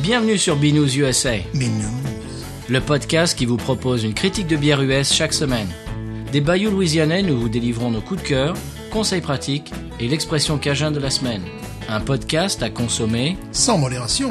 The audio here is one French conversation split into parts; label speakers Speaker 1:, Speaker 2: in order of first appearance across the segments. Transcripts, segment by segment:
Speaker 1: Bienvenue sur Binous USA,
Speaker 2: Mais non.
Speaker 1: le podcast qui vous propose une critique de bière US chaque semaine. Des bayous louisianais, nous vous délivrons nos coups de cœur, conseils pratiques et l'expression cajun de la semaine. Un podcast à consommer.
Speaker 2: Sans modération.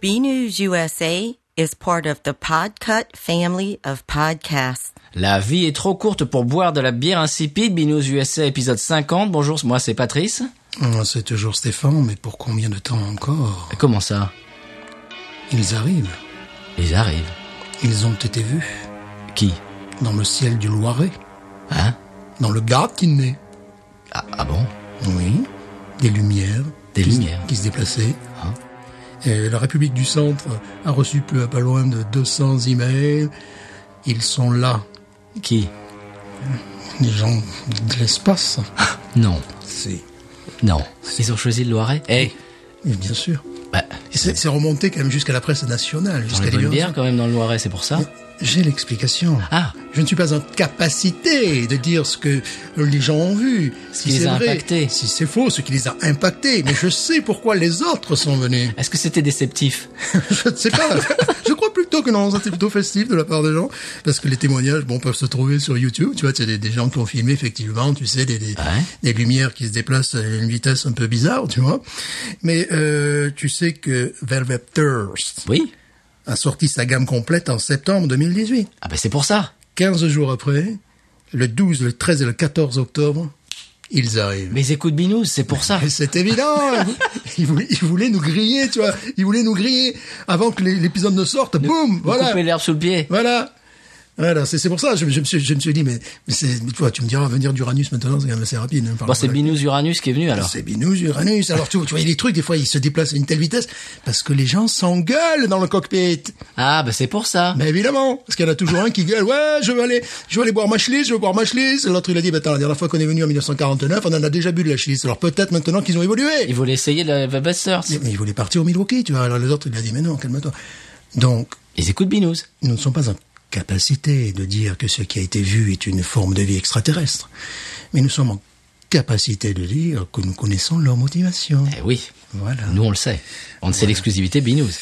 Speaker 3: B News USA is part of the Podcut family of podcasts.
Speaker 1: La vie est trop courte pour boire de la bière insipide. Binous USA épisode 50. Bonjour, moi c'est Patrice.
Speaker 2: Oh, C'est toujours Stéphane, mais pour combien de temps encore
Speaker 1: Comment ça
Speaker 2: Ils arrivent.
Speaker 1: Ils arrivent.
Speaker 2: Ils ont été vus.
Speaker 1: Qui
Speaker 2: Dans le ciel du Loiret.
Speaker 1: Hein
Speaker 2: Dans le Gâtinais.
Speaker 1: ah, ah bon
Speaker 2: Oui. Des lumières.
Speaker 1: Des
Speaker 2: qui se-
Speaker 1: lumières.
Speaker 2: Qui se déplaçaient.
Speaker 1: Ah.
Speaker 2: Et la République du Centre a reçu plus à pas loin de 200 emails. Ils sont là.
Speaker 1: Qui
Speaker 2: Des gens de l'espace.
Speaker 1: Non.
Speaker 2: Si.
Speaker 1: Non. Ils ont choisi le Loiret Eh
Speaker 2: Bien sûr.
Speaker 1: Bah,
Speaker 2: Et C'est c'est remonté quand même jusqu'à la presse nationale.
Speaker 1: on a
Speaker 2: Jusqu'à
Speaker 1: une bonne
Speaker 2: l'Union.
Speaker 1: bière quand même dans le Loiret, c'est pour ça
Speaker 2: J'ai l'explication.
Speaker 1: Ah
Speaker 2: Je ne suis pas en capacité de dire ce que les gens ont vu, si
Speaker 1: qui les
Speaker 2: c'est
Speaker 1: a
Speaker 2: vrai,
Speaker 1: impactés.
Speaker 2: si c'est faux, ce qui les a impactés. Mais je sais pourquoi les autres sont venus.
Speaker 1: Est-ce que c'était déceptif
Speaker 2: Je ne sais pas. je crois plutôt que non, ça c'est plutôt festif de la part des gens, parce que les témoignages, bon, peuvent se trouver sur YouTube. Tu vois, tu as des, des gens qui ont filmé effectivement, tu sais, des, des, des lumières qui se déplacent à une vitesse un peu bizarre, tu vois. Mais euh, tu sais que Velvet Thirst
Speaker 1: Oui.
Speaker 2: a sorti sa gamme complète en septembre 2018.
Speaker 1: Ah ben c'est pour ça.
Speaker 2: 15 jours après, le 12, le 13 et le 14 octobre, ils arrivent.
Speaker 1: Mais ils écoutent Binous, c'est pour ça.
Speaker 2: Et C'est évident ils, voulaient, ils voulaient nous griller, tu vois. Ils voulaient nous griller avant que l'é- l'épisode ne sorte. Boum Voilà
Speaker 1: Couper l'herbe sous le pied.
Speaker 2: Voilà voilà, c'est c'est pour ça, je, me- je me suis, je me suis dit, mais, mais c'est, mais tu vois, tu me diras, venir d'Uranus maintenant, c'est quand même assez rapide. hein, par
Speaker 1: Bon, c'est
Speaker 2: rapport à la-
Speaker 1: Binous Uranus qui est venu alors.
Speaker 2: C'est Binous, Uranus. Alors, tu, vois- tu vois, il y a des trucs, des fois, ils se déplacent à une telle vitesse, parce que les gens s'engueulent dans le cockpit.
Speaker 1: Ah ben c'est pour ça.
Speaker 2: Mais évidemment, parce qu'il y en a toujours un qui gueule, ouais, je veux aller, je veux aller boire ma schlitz, je veux boire ma schlitz. L'autre, il a dit, bah, attends, la dernière fois qu'on est venu en 1949, on en a déjà bu de la schlitz. Alors peut-être maintenant qu'ils ont évolué.
Speaker 1: Ils voulaient essayer la la Best Earth.
Speaker 2: Mais il voulait partir au Milwaukee, tu vois. Alors les autres, il a dit, mais non, calme-toi. Donc,
Speaker 1: Ils écoutent Binous.
Speaker 2: nous ne sommes pas en capacité de dire que ce qui a été vu est une forme de vie extraterrestre. Mais nous sommes en capacité de dire que nous connaissons leur motivation.
Speaker 1: Eh oui.
Speaker 2: Voilà.
Speaker 1: Nous on le sait. On sait l'exclusivité Binous.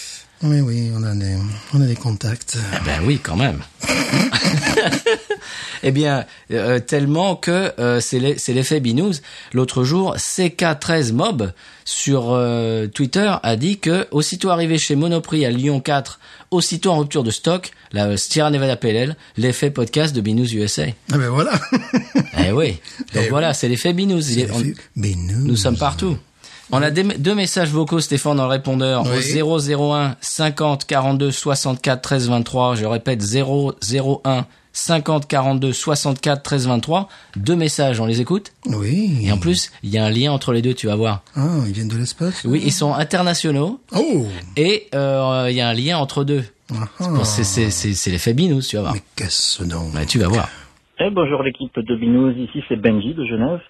Speaker 2: Oui, oui, on a des, on a des contacts.
Speaker 1: Ah ben oui quand même. eh bien, euh, tellement que euh, c'est l'e- c'est l'effet Binous. L'autre jour, CK13Mob sur euh, Twitter a dit que aussitôt arrivé chez Monoprix à Lyon 4, aussitôt en rupture de stock, la euh, Sierra Nevada PLL, l'effet podcast de Binous USA.
Speaker 2: Ah ben voilà.
Speaker 1: Eh oui. Donc
Speaker 2: Eh
Speaker 1: voilà, c'est l'effet Binous. Il est- on-
Speaker 2: mais
Speaker 1: nous sommes partout. On a des- deux messages vocaux, Stéphane, dans le répondeur,
Speaker 2: Oui.
Speaker 1: au 001 50 42 64 13 23. Je répète, 001 50 42 64 13 23. Deux messages, on les écoute.
Speaker 2: Oui.
Speaker 1: Et en plus, il y a un lien entre les deux, tu vas voir.
Speaker 2: Ah, ils viennent de l'espace
Speaker 1: Oui, ils sont internationaux
Speaker 2: Oh
Speaker 1: et euh, il y a un lien entre deux.
Speaker 2: Ah,
Speaker 1: Bon, c'est- c'est c'est- c'est l'effet Binous, tu vas voir.
Speaker 2: Mais qu'est-ce donc
Speaker 1: Ouais, Bah, tu vas voir.
Speaker 4: Eh, bonjour l'équipe de Binous, ici c'est Benji de Genève.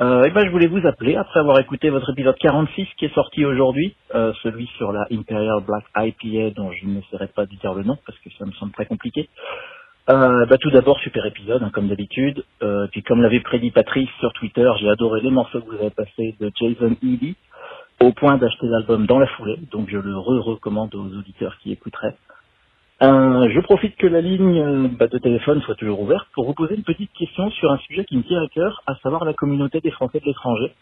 Speaker 4: Euh, eh ben, je voulais vous appeler après avoir écouté votre épisode 46 qui est sorti aujourd'hui, euh, celui sur la Imperial Black IPA dont je n'essaierai pas de dire le nom parce que ça me semble très compliqué. Euh, bah, tout d'abord, super épisode hein, comme d'habitude. Euh, puis comme l'avait prédit Patrice sur Twitter, j'ai adoré les morceaux que vous avez passés de Jason Healy au point d'acheter l'album dans la foulée, donc je le re-recommande aux auditeurs qui écouteraient. Euh, je profite que la ligne euh, bah, de téléphone soit toujours ouverte pour vous poser une petite question sur un sujet qui me tient à cœur, à savoir la communauté des Français de l'étranger.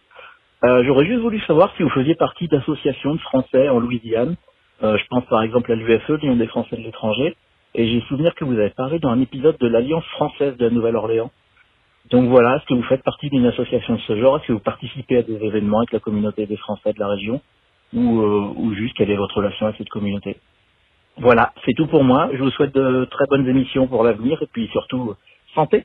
Speaker 4: Euh, J'aurais juste voulu savoir si vous faisiez partie d'associations de Français en Louisiane. Euh, je pense par exemple à l'UFE, l'Union des Français de l'étranger, et j'ai souvenir que vous avez parlé dans un épisode de l'Alliance française de la Nouvelle-Orléans. Donc voilà, est-ce que vous faites partie d'une association de ce genre Est-ce que vous participez à des événements avec la communauté des Français de la région ou, euh, ou juste quelle est votre relation avec cette communauté voilà, c'est tout pour moi. Je vous souhaite de très bonnes émissions pour l'avenir et puis surtout, santé.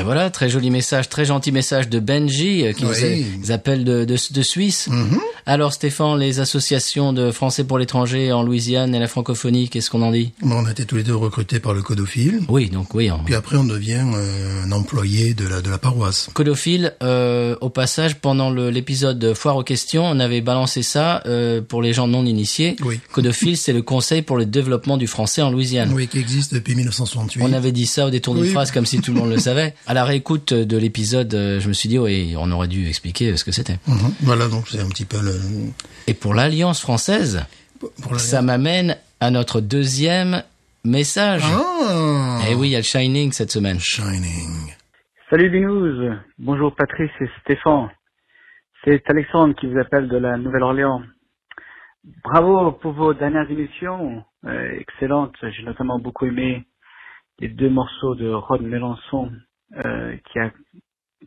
Speaker 1: Et voilà, très joli message, très gentil message de Benji euh, qui nous
Speaker 2: Ah. Oui.
Speaker 1: a- nous appelle de, de, de Suisse.
Speaker 2: Mhm.
Speaker 1: Alors Stéphane, les associations de Français pour l'étranger en Louisiane et la francophonie, qu'est-ce qu'on en dit
Speaker 2: Bon, On a été tous les deux recrutés par le codophile.
Speaker 1: Oui, donc oui. En...
Speaker 2: Puis après, on devient euh, un employé de la, de la paroisse.
Speaker 1: Codophile, euh, au passage, pendant le- l'épisode de Foire aux questions, on avait balancé ça euh, pour les gens non initiés.
Speaker 2: Oui.
Speaker 1: Codophile, c'est le Conseil pour le développement du français en Louisiane.
Speaker 2: Oui, qui existe depuis 1968.
Speaker 1: On avait dit ça au détour d'une
Speaker 2: Oui.
Speaker 1: phrase comme si tout le monde le savait. à la réécoute de l'épisode, euh, je me suis dit, oui, on aurait dû expliquer euh, ce que c'était.
Speaker 2: Mhm. Voilà, donc c'est un petit peu le...
Speaker 1: Et pour l'Alliance française,
Speaker 2: Pour la-
Speaker 1: ça m'amène à notre deuxième message.
Speaker 2: Ah
Speaker 1: Eh oui, il y a le Shining cette semaine.
Speaker 2: Shining.
Speaker 5: Salut Binous, bonjour Patrice et Stéphane. C'est Alexandre qui vous appelle de la Nouvelle-Orléans. Bravo pour vos dernières émissions, euh, excellentes. J'ai notamment beaucoup aimé les deux morceaux de Rod Melançon euh, qui, a-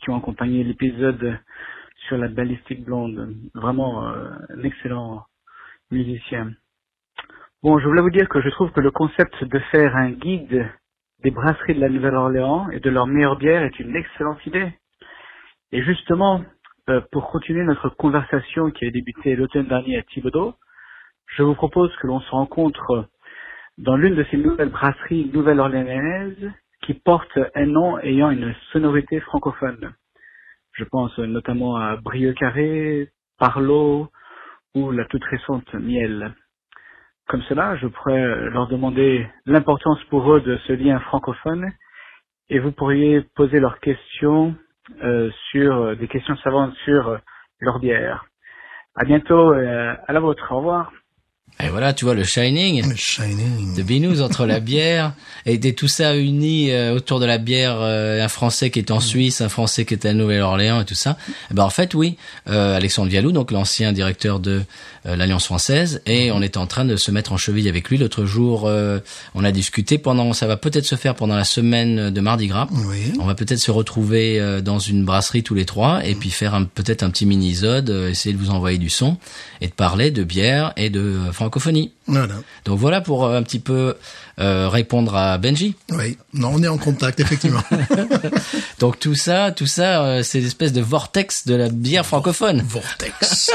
Speaker 5: qui ont accompagné l'épisode sur la balistique blonde. Vraiment euh, un excellent musicien. Bon, je voulais vous dire que je trouve que le concept de faire un guide des brasseries de la Nouvelle-Orléans et de leurs meilleures bières est une excellente idée. Et justement, euh, pour continuer notre conversation qui a débuté l'automne dernier à Thibodeau, je vous propose que l'on se rencontre dans l'une de ces nouvelles brasseries nouvelle-orléanaises qui portent un nom ayant une sonorité francophone. Je pense notamment à Brieux-Carré, Parlot ou la toute récente Miel comme cela, je pourrais leur demander l'importance pour eux de ce lien francophone et vous pourriez poser leurs questions euh, sur des questions savantes sur euh, leur bière. À bientôt, euh, à la vôtre, au revoir.
Speaker 1: Et voilà, tu vois, le Shining
Speaker 2: Le Shining.
Speaker 1: de Binous entre la bière et des- tout ça uni euh, autour de la bière, euh, un Français qui est en Suisse, un Français qui est à Nouvelle-Orléans et tout ça. Eh ben en fait, oui, euh, Alexandre Vialou, donc l'ancien directeur de euh, l'Alliance française, et on est en train de se mettre en cheville avec lui. L'autre jour, euh, on a discuté pendant, ça va peut-être se faire pendant la semaine de Mardi Gras.
Speaker 2: Oui.
Speaker 1: On va peut-être se retrouver euh, dans une brasserie tous les trois et puis faire un- peut-être un petit mini-isode, euh, essayer de vous envoyer du son et de parler de bière et de euh, francophonie.
Speaker 2: Voilà.
Speaker 1: Donc voilà pour euh, un petit peu euh, répondre à Benji.
Speaker 2: Oui. Non, on est en contact, effectivement.
Speaker 1: Donc tout ça, tout ça, euh, c'est l'espèce de vortex de la bière francophone.
Speaker 2: Vortex.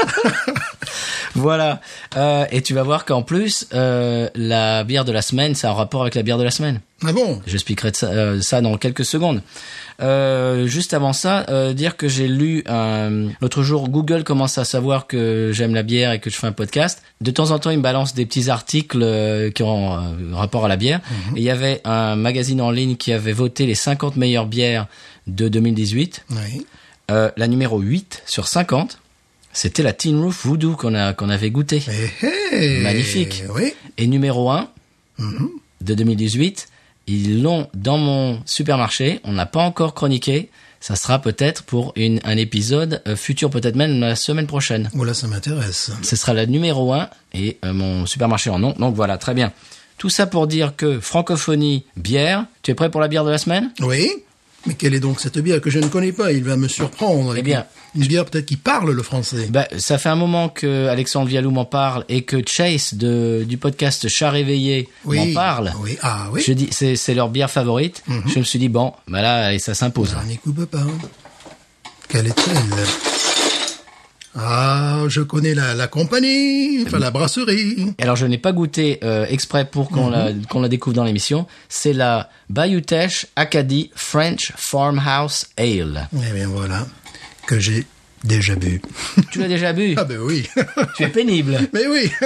Speaker 1: Voilà. Euh, et tu vas voir qu'en plus, euh, la bière de la semaine, c'est un rapport avec la bière de la semaine.
Speaker 2: Ah bon
Speaker 1: J'expliquerai de ça, euh, ça dans quelques secondes. Euh, juste avant ça, euh, dire que j'ai lu un... l'autre jour Google commence à savoir que j'aime la bière et que je fais un podcast. De temps en temps, il me balance des petits articles euh, qui ont euh, rapport à la bière. Et il y avait un magazine en ligne qui avait voté les 50 meilleures bières de 2018.
Speaker 2: Oui.
Speaker 1: Euh, la numéro 8 sur 50, c'était la Tin Roof Voodoo qu'on a qu'on avait goûté.
Speaker 2: Eh, eh.
Speaker 1: Magnifique.
Speaker 2: Oui.
Speaker 1: Et numéro 1
Speaker 2: Mhm.
Speaker 1: de 2018, ils l'ont dans mon supermarché. On n'a pas encore chroniqué. Ça sera peut-être pour une, un épisode euh, futur, peut-être même la semaine prochaine.
Speaker 2: Voilà, ça m'intéresse.
Speaker 1: Ce sera la numéro 1 et euh, mon supermarché en nom. Donc voilà, très bien. Tout ça pour dire que francophonie, bière. Tu es prêt pour la bière de la semaine
Speaker 2: Oui. Mais quelle est donc cette bière que je ne connais pas Il va me surprendre.
Speaker 1: Eh bien.
Speaker 2: Une bière peut-être qui parle le français.
Speaker 1: Bah, ça fait un moment que Alexandre Vialou m'en parle et que Chase de, du podcast Chat Réveillé m'en parle.
Speaker 2: Oui. Ah oui. Mhm.
Speaker 1: Je dis, c'est c'est leur bière favorite. Je me suis dit, bon, bah là, et ça s'impose.
Speaker 2: Ça n'y coupe Ah, pas. Quelle est-elle Ah, je connais la, la compagnie, enfin la brasserie.
Speaker 1: Alors, je n'ai pas goûté euh, exprès pour qu'on
Speaker 2: Mhm.
Speaker 1: la, qu'on la découvre dans l'émission. C'est la Bayutech Acadie French Farmhouse Ale.
Speaker 2: Eh bien voilà, que j'ai déjà bu.
Speaker 1: Tu l'as déjà bu
Speaker 2: Ah ben oui.
Speaker 1: Tu es pénible.
Speaker 2: Mais oui.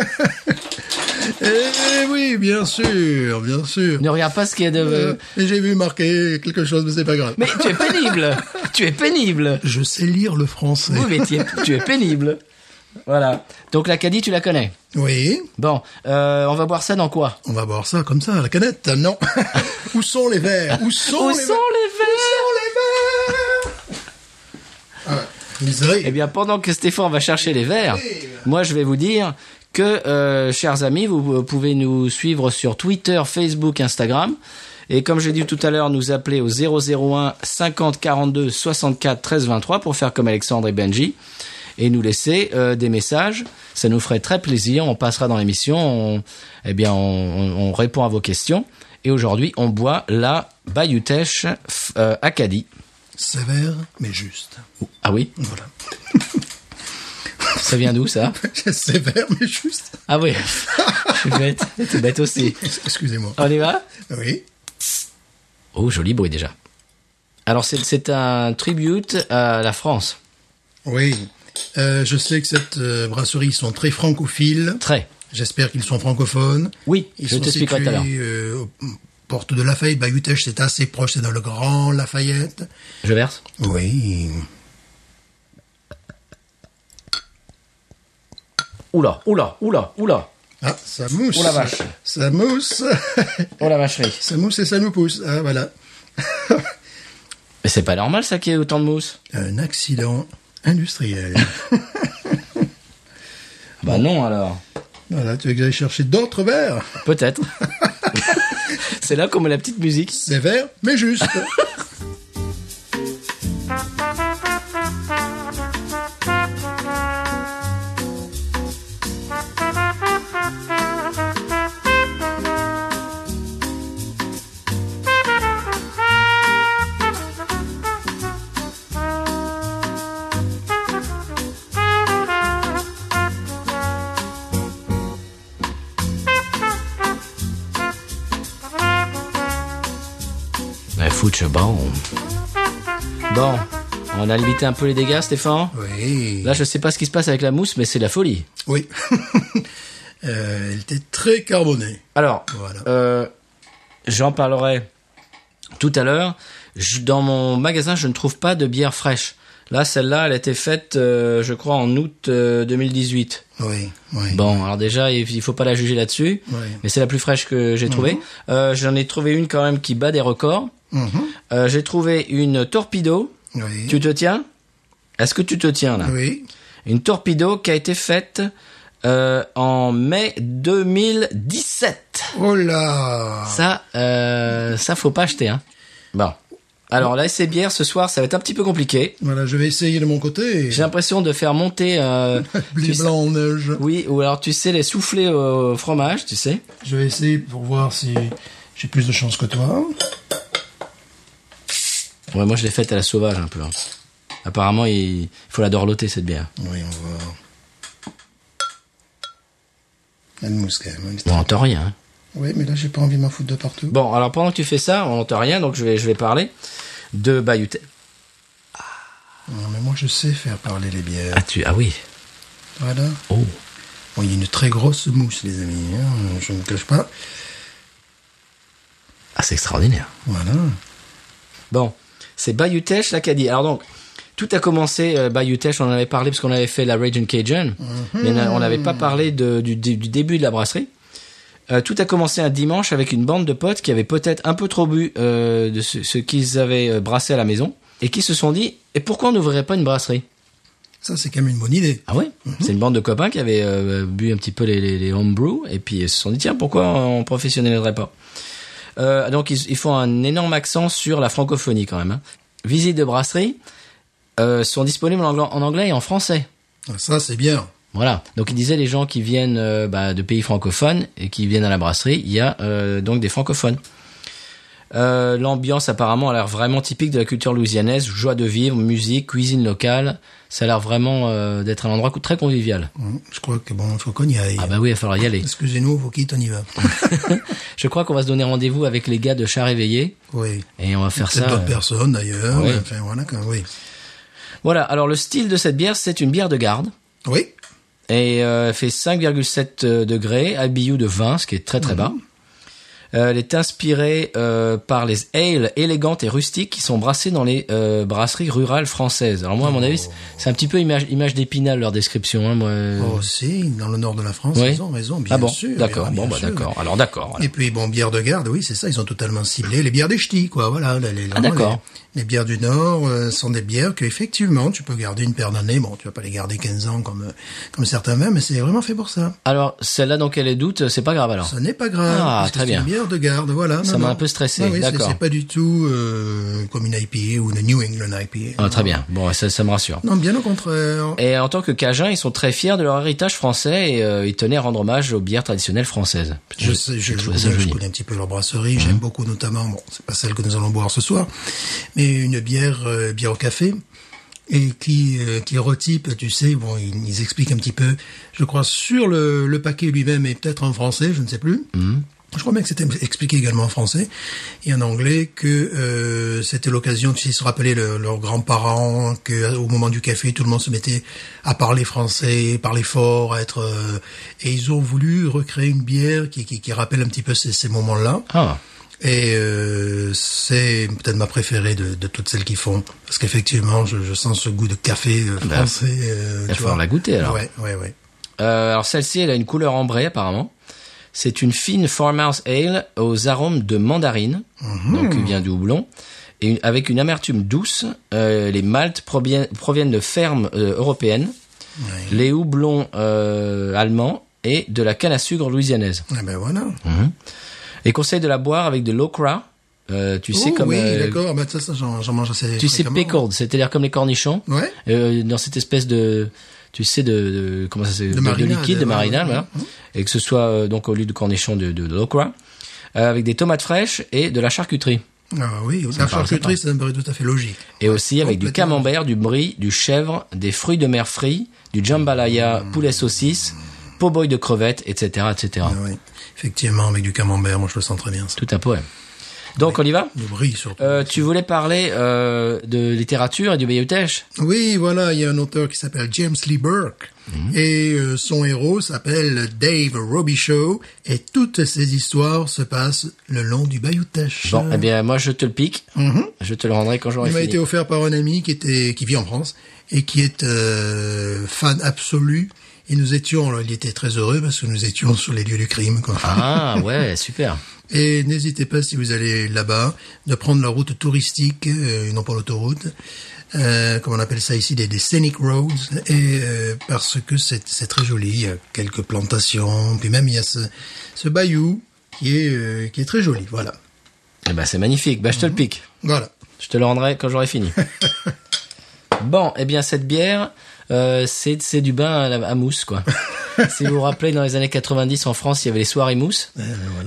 Speaker 2: Eh oui, bien sûr, bien sûr.
Speaker 1: Ne regarde pas ce qu'il y a de...
Speaker 2: Euh, mais j'ai vu marquer quelque chose, mais c'est pas grave.
Speaker 1: Mais tu es pénible Tu es pénible
Speaker 2: Je sais lire le français.
Speaker 1: Oui, mais tu es, tu es pénible. Voilà. Donc, l'Acadie, tu la connais.
Speaker 2: Oui,
Speaker 1: Bon, euh, on va boire ça dans quoi
Speaker 2: on va boire ça comme ça à la canette. hein, Non. Où sont les verres Où sont
Speaker 1: Où
Speaker 2: Oh, les
Speaker 1: sont
Speaker 2: verres
Speaker 1: les verres
Speaker 2: Où sont les verres Ah, miserie.
Speaker 1: Eh bien, pendant que Stéphane va chercher les verres, moi je vais vous dire que, euh, chers amis, vous euh, pouvez nous suivre sur Twitter, Facebook, Instagram. Et comme j'ai dit tout à l'heure, nous appeler au 001 50 42 64 13 23 pour faire comme Alexandre et Benji et nous laisser euh, des messages. Ça nous ferait très plaisir. On passera dans l'émission. On, eh bien, on, on- on répond à vos questions. Et aujourd'hui, on boit la Bayutech euh, Acadie.
Speaker 2: Sévère, mais juste.
Speaker 1: Ah oui,
Speaker 2: Voilà.
Speaker 1: ça vient d'où ça
Speaker 2: Sévère, mais juste.
Speaker 1: Ah oui, je suis bête. T'es bête aussi.
Speaker 2: Excusez-moi.
Speaker 1: On y va
Speaker 2: Oui.
Speaker 1: Oh, joli bruit déjà. Alors, c'est- c'est un tribute à la France.
Speaker 2: Oui. Euh, je sais que cette euh, brasserie, ils sont très francophiles.
Speaker 1: Très.
Speaker 2: J'espère qu'ils sont francophones.
Speaker 1: Oui,
Speaker 2: Ils
Speaker 1: je
Speaker 2: sont
Speaker 1: t'expliquerai tout à l'heure.
Speaker 2: situés, euh, porte de Lafayette. Bah, Utech, c'est assez proche, c'est dans le Grand Lafayette.
Speaker 1: Je verse.
Speaker 2: Oui.
Speaker 1: Oula, oula, oula, oula.
Speaker 2: Ah, ça mousse.
Speaker 1: Oh la vache.
Speaker 2: Ça mousse.
Speaker 1: Oh la vacherie.
Speaker 2: ça mousse et ça nous pousse. Ah, voilà.
Speaker 1: Mais c'est pas normal ça qu'il y ait autant de mousse.
Speaker 2: Un accident industriel.
Speaker 1: Bah non alors.
Speaker 2: voilà, tu veux que j'aille chercher d'autres verres
Speaker 1: Peut-être. c'est là qu'on met la petite musique.
Speaker 2: C'est vert, mais juste.
Speaker 1: Ouais, foutre ce bon. Bon, on a limité un peu les dégâts, Stéphane.
Speaker 2: oui.
Speaker 1: Là, je sais pas ce qui se passe avec la mousse, mais c'est la folie.
Speaker 2: Oui. Euh, elle était très carbonée.
Speaker 1: Alors,
Speaker 2: Voilà.
Speaker 1: euh, j'en parlerai tout à l'heure. Je- Dans mon magasin, je ne trouve pas de bière fraîche. Là, celle-là, elle a été faite, euh, je crois, en août euh, 2018.
Speaker 2: Oui, oui.
Speaker 1: Bon, alors déjà, il il faut pas la juger là-dessus,
Speaker 2: Oui.
Speaker 1: mais c'est la plus fraîche que j'ai trouvée. Euh, J'en ai trouvé une quand même qui bat des records.
Speaker 2: Mhm.
Speaker 1: Euh, j'ai trouvé une torpedo.
Speaker 2: Oui.
Speaker 1: Tu te tiens Est-ce que tu te tiens là
Speaker 2: Oui.
Speaker 1: Une torpedo qui a été faite euh, en mai 2017.
Speaker 2: Oh là
Speaker 1: Ça, euh, ça faut pas acheter. Hein. Bon. Alors là, ces bières ce soir, ça va être un petit peu compliqué.
Speaker 2: Voilà, je vais essayer de mon côté.
Speaker 1: J'ai l'impression de faire monter. Euh,
Speaker 2: Blé
Speaker 1: tu sais-
Speaker 2: blanc en neige.
Speaker 1: oui, ou alors tu sais les souffler au fromage, tu sais.
Speaker 2: Je vais essayer pour voir si j'ai plus de chance que toi.
Speaker 1: Ouais, moi je l'ai faite à la sauvage un peu. hein. Apparemment, il il faut la dorloter cette bière.
Speaker 2: Oui, on va voir. Elle mousse quand même.
Speaker 1: On n'entend rien. hein.
Speaker 2: Oui, mais là, j'ai pas envie de m'en foutre de partout.
Speaker 1: Bon, alors pendant que tu fais ça, on n'entend rien, donc je vais, je vais parler de Bayouté.
Speaker 2: Non, mais moi, je sais faire parler les bières.
Speaker 1: Ah, tu, ah oui.
Speaker 2: Voilà.
Speaker 1: Oh.
Speaker 2: Bon, il y a une très grosse mousse, les amis. hein, Je ne cache pas.
Speaker 1: Ah, c'est extraordinaire.
Speaker 2: Voilà.
Speaker 1: Bon, c'est Bayutech l'Acadie. Alors donc, tout a commencé, euh, Bayutech, on en avait parlé parce qu'on avait fait la Raging Cajun, mais on a- on n'avait pas parlé de- du, dé- du début de la brasserie. Euh, tout a commencé un dimanche avec une bande de potes qui avaient peut-être un peu trop bu euh, de ce, ce qu'ils avaient euh, brassé à la maison et qui se sont dit et pourquoi on n'ouvrirait pas une brasserie
Speaker 2: Ça, c'est quand même une bonne idée.
Speaker 1: Ah ouais C'est une bande de copains qui avaient euh, bu un petit peu les, les, les homebrew et puis ils se sont dit tiens pourquoi on professionnaliserait pas euh, Donc ils, ils font un énorme accent sur la francophonie quand même. hein. Visites de brasserie euh, sont disponibles en angla- en anglais et en français.
Speaker 2: Ah, Ça, c'est bien.
Speaker 1: Voilà. Donc il disait les gens qui viennent euh, bah, de pays francophones et qui viennent à la brasserie, il y a euh, donc des francophones. Euh, L'ambiance apparemment a l'air vraiment typique de la culture louisianaise, joie de vivre, musique, cuisine locale. Ça a l'air vraiment euh, d'être un endroit co- très convivial.
Speaker 2: Hum, Je crois que bon, faut qu'on y aille.
Speaker 1: Ah bah oui, il va falloir y aller.
Speaker 2: Excusez-nous, vous quitte, on y va.
Speaker 1: Je crois qu'on va se donner rendez-vous avec les gars de Char Éveillé
Speaker 2: oui.
Speaker 1: et on va faire
Speaker 2: Peut-être
Speaker 1: ça.
Speaker 2: d'autres
Speaker 1: euh.
Speaker 2: personnes, d'ailleurs.
Speaker 1: Ouais.
Speaker 2: Enfin, voilà, quand- oui.
Speaker 1: Voilà, alors le style de cette bière, c'est une bière de garde
Speaker 2: Oui.
Speaker 1: et euh, elle fait 5,7 euh, degrés, habillau de 20, ce qui est très
Speaker 2: Mhm.
Speaker 1: très bas. Euh, elle est inspirée euh, par les ales élégantes et rustiques qui sont brassées dans les euh, brasseries rurales françaises. Alors moi, à mon avis, c'est- c'est un petit peu image, image d'épinal leur description. Hein, moi.
Speaker 2: Oh, si, dans le nord de la France,
Speaker 1: Ouais.
Speaker 2: ils ont raison, bien
Speaker 1: ah bon,
Speaker 2: sûr.
Speaker 1: d'accord.
Speaker 2: bien
Speaker 1: Bon, bah
Speaker 2: sûr.
Speaker 1: d'accord. Alors d'accord. voilà.
Speaker 2: Et puis, bon, bière de garde, oui, c'est ça, ils ont totalement ciblé les bières des ch'tis, quoi, voilà. les- les-
Speaker 1: Ah, d'accord.
Speaker 2: Les, les bières du Nord euh, sont des bières que, effectivement, tu peux garder une paire d'années. Bon, tu vas pas les garder 15 ans comme, euh, comme certains vins, mais c'est vraiment fait pour ça.
Speaker 1: Alors celle-là, donc elle est doute, c'est pas grave alors.
Speaker 2: Ça n'est pas grave.
Speaker 1: Ah,
Speaker 2: parce que
Speaker 1: très
Speaker 2: C'est
Speaker 1: bien.
Speaker 2: une bière de garde, voilà.
Speaker 1: Ça
Speaker 2: non,
Speaker 1: m'a
Speaker 2: non.
Speaker 1: un peu stressé,
Speaker 2: Ah oui, c'est-
Speaker 1: d'accord.
Speaker 2: C'est pas du tout euh, comme une IPA ou une New England IPA.
Speaker 1: Ah, très bien. Bon, ça, ça me rassure.
Speaker 2: Non, bien au contraire.
Speaker 1: Et en tant que Cajun, ils sont très fiers de leur héritage français et euh, ils tenaient à rendre hommage aux bières traditionnelles françaises.
Speaker 2: Je sais, je, je
Speaker 1: trouvé
Speaker 2: connais,
Speaker 1: ça
Speaker 2: je
Speaker 1: joli.
Speaker 2: connais un petit peu leur brasserie. J'aime beaucoup, notamment, bon, c'est pas celle que nous allons boire ce soir, mais une bière, euh, bière au café, et qui, euh, qui retype, tu sais, bon, ils, ils expliquent un petit peu, je crois, sur le, le paquet lui-même, et peut-être en français, je ne sais plus. Je crois bien que c'était expliqué également en français et en anglais que euh, c'était l'occasion, tu sais, ils se rappeler leurs grands-parents, que euh, au moment du café, tout le monde se mettait à parler français, parler fort, à être... euh, et ils ont voulu recréer une bière qui, qui, qui rappelle un petit peu ces, ces moments-là.
Speaker 1: Ah,
Speaker 2: Et euh, c'est peut-être ma préférée de, de toutes celles qu'ils font. Parce qu'effectivement, je, je sens ce goût de café euh,
Speaker 1: Ben,
Speaker 2: français. euh,
Speaker 1: Il va
Speaker 2: tu
Speaker 1: falloir
Speaker 2: vois.
Speaker 1: la goûter alors.
Speaker 2: Ouais, ouais, ouais.
Speaker 1: Euh, alors celle-ci, elle a une couleur ambrée apparemment. C'est une fine farmhouse ale aux arômes de mandarine,
Speaker 2: Mhm. Mmh.
Speaker 1: donc qui vient du houblon, et une- avec une amertume douce. Euh, les maltes provien- proviennent de fermes euh, européennes, les houblons euh, allemands et de la canne à sucre louisianaise.
Speaker 2: Ah ben voilà.
Speaker 1: Et conseille de la boire avec de l'okra, euh, tu sais
Speaker 2: Oh,
Speaker 1: comme
Speaker 2: oui,
Speaker 1: euh,
Speaker 2: d'accord. Ben, ça, ça, j'en j'en mange assez
Speaker 1: tu sais
Speaker 2: fréquemment.
Speaker 1: pickled, c'est-à-dire comme les cornichons,
Speaker 2: Ouais.
Speaker 1: euh, dans cette espèce de tu sais de, de- comment ça s'appelle de, de
Speaker 2: marinade,
Speaker 1: liquide de
Speaker 2: ouais,
Speaker 1: marinade
Speaker 2: ouais,
Speaker 1: voilà. et que ce soit euh, donc au lieu de cornichons de, de, de l'okra euh, avec des tomates fraîches et de la charcuterie
Speaker 2: Ah oui,
Speaker 1: me
Speaker 2: la
Speaker 1: paraît Ah.
Speaker 2: charcuterie, ça me paraît tout à fait logique.
Speaker 1: et aussi avec du
Speaker 2: complètement.
Speaker 1: camembert du brie du chèvre des fruits de mer frits du jambalaya
Speaker 2: Mmh.
Speaker 1: poulet saucisse po-boy de crevettes etc etc
Speaker 2: Ah oui. Effectivement, avec du camembert, moi je le sens très bien. Ça.
Speaker 1: tout un poème donc on y va
Speaker 2: Du brie surtout.
Speaker 1: Euh, tu voulais parler euh, de littérature et du bayotèche
Speaker 2: Oui, voilà, il y a un auteur qui s'appelle James Lee Burke
Speaker 1: Mhm.
Speaker 2: et euh, son héros s'appelle Dave Robichaud et toutes ces histoires se passent le long du Bayou Teche.
Speaker 1: Bon, eh bien, moi, je te le pique. Je te le rendrai quand j'aurai
Speaker 2: Il m'a
Speaker 1: fini.
Speaker 2: été offert par un ami qui était qui vit en France et qui est euh, fan absolu. Et nous étions, alors il était très heureux parce que nous étions sur les lieux du crime. Quoi.
Speaker 1: Ah, ouais, super.
Speaker 2: Et n'hésitez pas, si vous allez là-bas, de prendre la route touristique, euh, non pas l'autoroute, euh, comme on appelle ça ici, des, des scenic roads, et euh, parce que c'est c'est très joli, il y a quelques plantations, puis même il y a ce, ce bayou qui est, euh, qui est très joli, voilà.
Speaker 1: Eh ben, c'est magnifique. Bah, je te le pique.
Speaker 2: Voilà.
Speaker 1: Je te le rendrai quand j'aurai fini. bon, eh bien, cette bière, euh, c'est c'est du bain à, la- à mousse, quoi. si vous vous rappelez, dans les années 90, en France, il y avait les soirées mousse.
Speaker 2: Ah,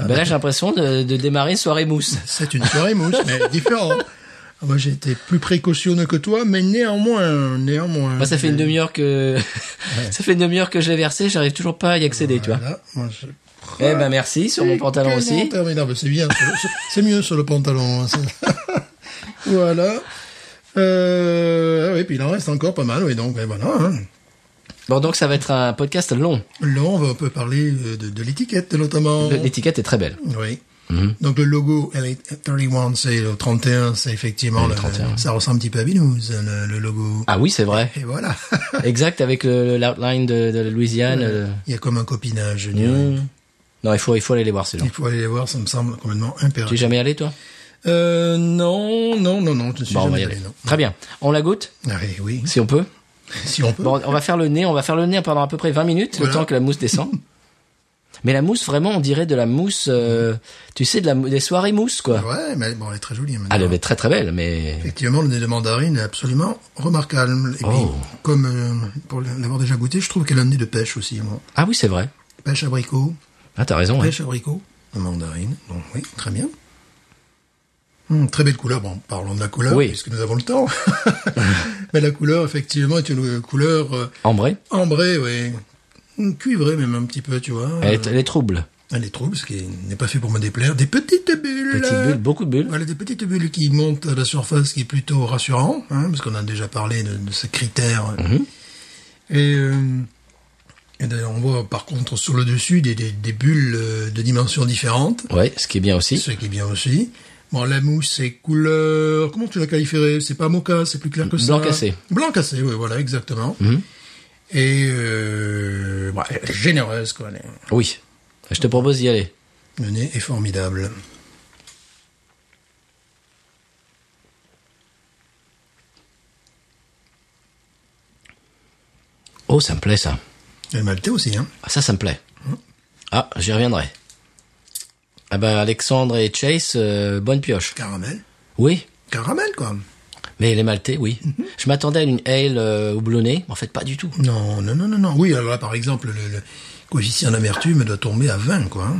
Speaker 1: Ben là, j'ai l'impression de, de démarrer une soirée mousse.
Speaker 2: C'est une soirée mousse, mais différent. Ah, Moi, j'ai été plus précautionneux que toi, mais néanmoins, néanmoins.
Speaker 1: Moi, ça fait une demi-heure que ça fait une demi-heure que je l'ai versé, j'arrive toujours pas à y accéder, tu vois.
Speaker 2: Voilà, moi, je-
Speaker 1: Eh ben merci sur mon pantalon
Speaker 2: Quel
Speaker 1: aussi.
Speaker 2: interminable. C'est bien, sur le- sur- c'est mieux sur le pantalon. hein, ça. voilà. Euh, ah oui, puis il en reste encore pas mal, oui, donc ben voilà. hein.
Speaker 1: Bon donc ça va être un podcast long.
Speaker 2: Là, on va un peu parler euh, de, de l'étiquette, notamment.
Speaker 1: L'étiquette est très belle.
Speaker 2: Oui.
Speaker 1: Mhm.
Speaker 2: Donc le logo LA31, c'est le 31, c'est effectivement le,
Speaker 1: 31,
Speaker 2: ça ressemble un petit peu à Binous, le, le logo.
Speaker 1: Ah oui, c'est vrai.
Speaker 2: Et voilà.
Speaker 1: Exact avec le- l'outline de, de la Louisiane. euh, le-
Speaker 2: il y a comme un copinage. je dirais.
Speaker 1: Mmh. Non, il faut il faut aller les voir ces gens.
Speaker 2: Il faut aller les voir, ça me semble complètement
Speaker 1: Tu es
Speaker 2: impératif.
Speaker 1: jamais allé toi
Speaker 2: Euh, non, non, non, non, je ne suis
Speaker 1: Bon, on va
Speaker 2: jamais
Speaker 1: y
Speaker 2: allé,
Speaker 1: aller.
Speaker 2: non.
Speaker 1: Très bien. On la goûte,
Speaker 2: Ah, eh oui,
Speaker 1: si on peut.
Speaker 2: si on peut.
Speaker 1: Bon, on va faire le nez. On va faire le nez pendant à peu près 20 minutes,
Speaker 2: Voilà.
Speaker 1: le temps que la mousse descend. Mais la mousse, vraiment, on dirait de la mousse. euh, tu sais, de la, mou- des soirées mousse, quoi.
Speaker 2: Ouais, mais bon, elle est très jolie. maintenant.
Speaker 1: Ah, elle est très très belle, mais
Speaker 2: Effectivement, le nez de mandarine est absolument remarquable. Et
Speaker 1: Oh.
Speaker 2: puis, comme euh, pour l'avoir déjà goûté, je trouve qu'elle a un nez de pêche aussi. moi.
Speaker 1: ah oui, c'est vrai.
Speaker 2: Pêche abricot,
Speaker 1: Ah, t'as raison. hein.
Speaker 2: pêche abricot, mandarine. Donc oui, très bien. Hum, très belle couleur. Bon, parlons de la couleur,
Speaker 1: Oui.
Speaker 2: puisque nous avons le temps. mais la couleur, effectivement, est une euh, couleur euh,
Speaker 1: Ambrée.
Speaker 2: ambrée, oui. Hum, Cuivrée même un petit peu, tu vois.
Speaker 1: Elle est, elle est trouble.
Speaker 2: Elle est trouble, ce qui n'est pas fait pour me déplaire. Des petites bulles.
Speaker 1: Petites bulles, beaucoup de bulles.
Speaker 2: Voilà, des petites bulles qui montent à la surface, qui est plutôt rassurant, hein, parce qu'on a déjà parlé de, de ce critère.
Speaker 1: Mhm.
Speaker 2: Et, euh, et d'ailleurs, on voit par contre sur le dessus des, des- des bulles euh, de dimensions différentes,
Speaker 1: Ouais, ce qui est bien aussi.
Speaker 2: ce qui est bien aussi. Bon, la mousse, c'est couleur... Comment tu la qualifierais C'est pas mocha, c'est plus clair que ça.
Speaker 1: Blanc cassé. Mhm.
Speaker 2: Blanc cassé, oui, voilà, exactement. Et euh, bah, elle est généreuse, quoi. elle est-
Speaker 1: Oui. Je te propose d'y aller.
Speaker 2: Le nez est formidable.
Speaker 1: Oh, ça me plaît ça.
Speaker 2: Elle est maltée aussi, hein
Speaker 1: Ah, ça, ça me plaît. Ah, j'y reviendrai. Ah ben, Alexandre et Chase, euh, bonne pioche.
Speaker 2: Caramel.
Speaker 1: Oui,
Speaker 2: Caramel, quoi.
Speaker 1: mais les Maltais, oui.
Speaker 2: Mhm.
Speaker 1: Je m'attendais à une ale euh, houblonnée, en fait, pas du tout.
Speaker 2: Non, non, non, non, non. Oui, alors là, par exemple, le, le coefficient d'amertume doit tomber à 20, quoi. hein.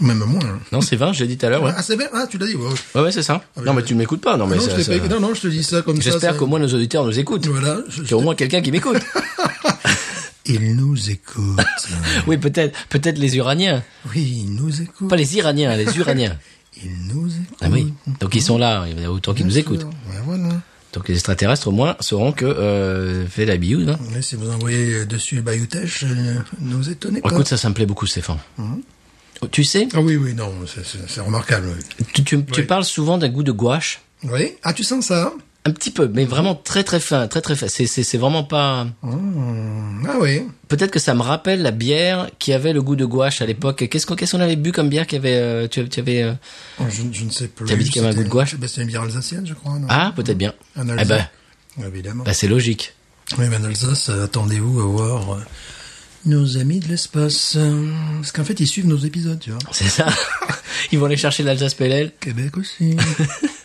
Speaker 2: Même moins. hein.
Speaker 1: Non, c'est 20, je l'ai dit tout à l'heure, ouais.
Speaker 2: Ah, c'est 20 Ah, tu l'as dit. ouais, ouais.
Speaker 1: Ouais, ouais, c'est ça.
Speaker 2: Ah, mais
Speaker 1: Non, mais
Speaker 2: je-
Speaker 1: tu m'écoutes pas, non, mais
Speaker 2: non,
Speaker 1: ça-
Speaker 2: je t'ai
Speaker 1: ça-
Speaker 2: pas écouté. non, non, je te dis ça comme ça.
Speaker 1: J'espère
Speaker 2: ça-
Speaker 1: qu'au moins nos auditeurs nous écoutent.
Speaker 2: Voilà. je-
Speaker 1: Qu'il y a au moins quelqu'un qui m'écoute.
Speaker 2: Il nous écoute.
Speaker 1: oui, peut-être, peut-être les Uraniens.
Speaker 2: oui, il nous écoute.
Speaker 1: Pas les Iraniens, les Uraniens.
Speaker 2: Il nous écoute.
Speaker 1: Ah oui.
Speaker 2: Mm.
Speaker 1: Donc ils sont là, il y en a autant qu'ils nous écoutent.
Speaker 2: Ouais, voilà.
Speaker 1: Donc les extraterrestres, au moins, sauront que, euh, fait la biouse, hein.
Speaker 2: Mais si vous envoyez dessus le Bayou Teche, euh, ne vous étonnez pas. Mm.
Speaker 1: Écoute, ça, ça me plaît beaucoup, Stéphane. Tu sais,
Speaker 2: Ah oui, oui, non, c'est- c'est c'est remarquable. oui.
Speaker 1: tu, tu- tu
Speaker 2: Oui.
Speaker 1: parles souvent d'un goût de gouache.
Speaker 2: Oui. Ah, tu sens ça hein
Speaker 1: Un petit peu, mais vraiment très très fin, très très fin. C'est c'est c'est vraiment pas.
Speaker 2: Ah oui.
Speaker 1: Peut-être que ça me rappelle la bière qui avait le goût de gouache à l'époque. Qu'est-ce qu'on qu'est-ce qu'on avait bu comme bière qui avait euh, tu, tu avais euh,
Speaker 2: Oh, Je, je ne sais plus.
Speaker 1: T'as vu qu'il y avait un
Speaker 2: C'était-
Speaker 1: goût de gouache
Speaker 2: bah, C'est une bière alsacienne, je crois. Non
Speaker 1: ah peut-être bien.
Speaker 2: En
Speaker 1: eh
Speaker 2: Alsace.
Speaker 1: ben,
Speaker 2: Évidemment.
Speaker 1: bah, c'est logique.
Speaker 2: Oui, mais en Alsace, euh, attendez-vous à voir euh, nos amis de l'espace. euh, Parce qu'en fait, ils suivent nos épisodes, tu vois.
Speaker 1: C'est ça. Ils vont aller chercher l'Alsace PLL.
Speaker 2: Québec aussi.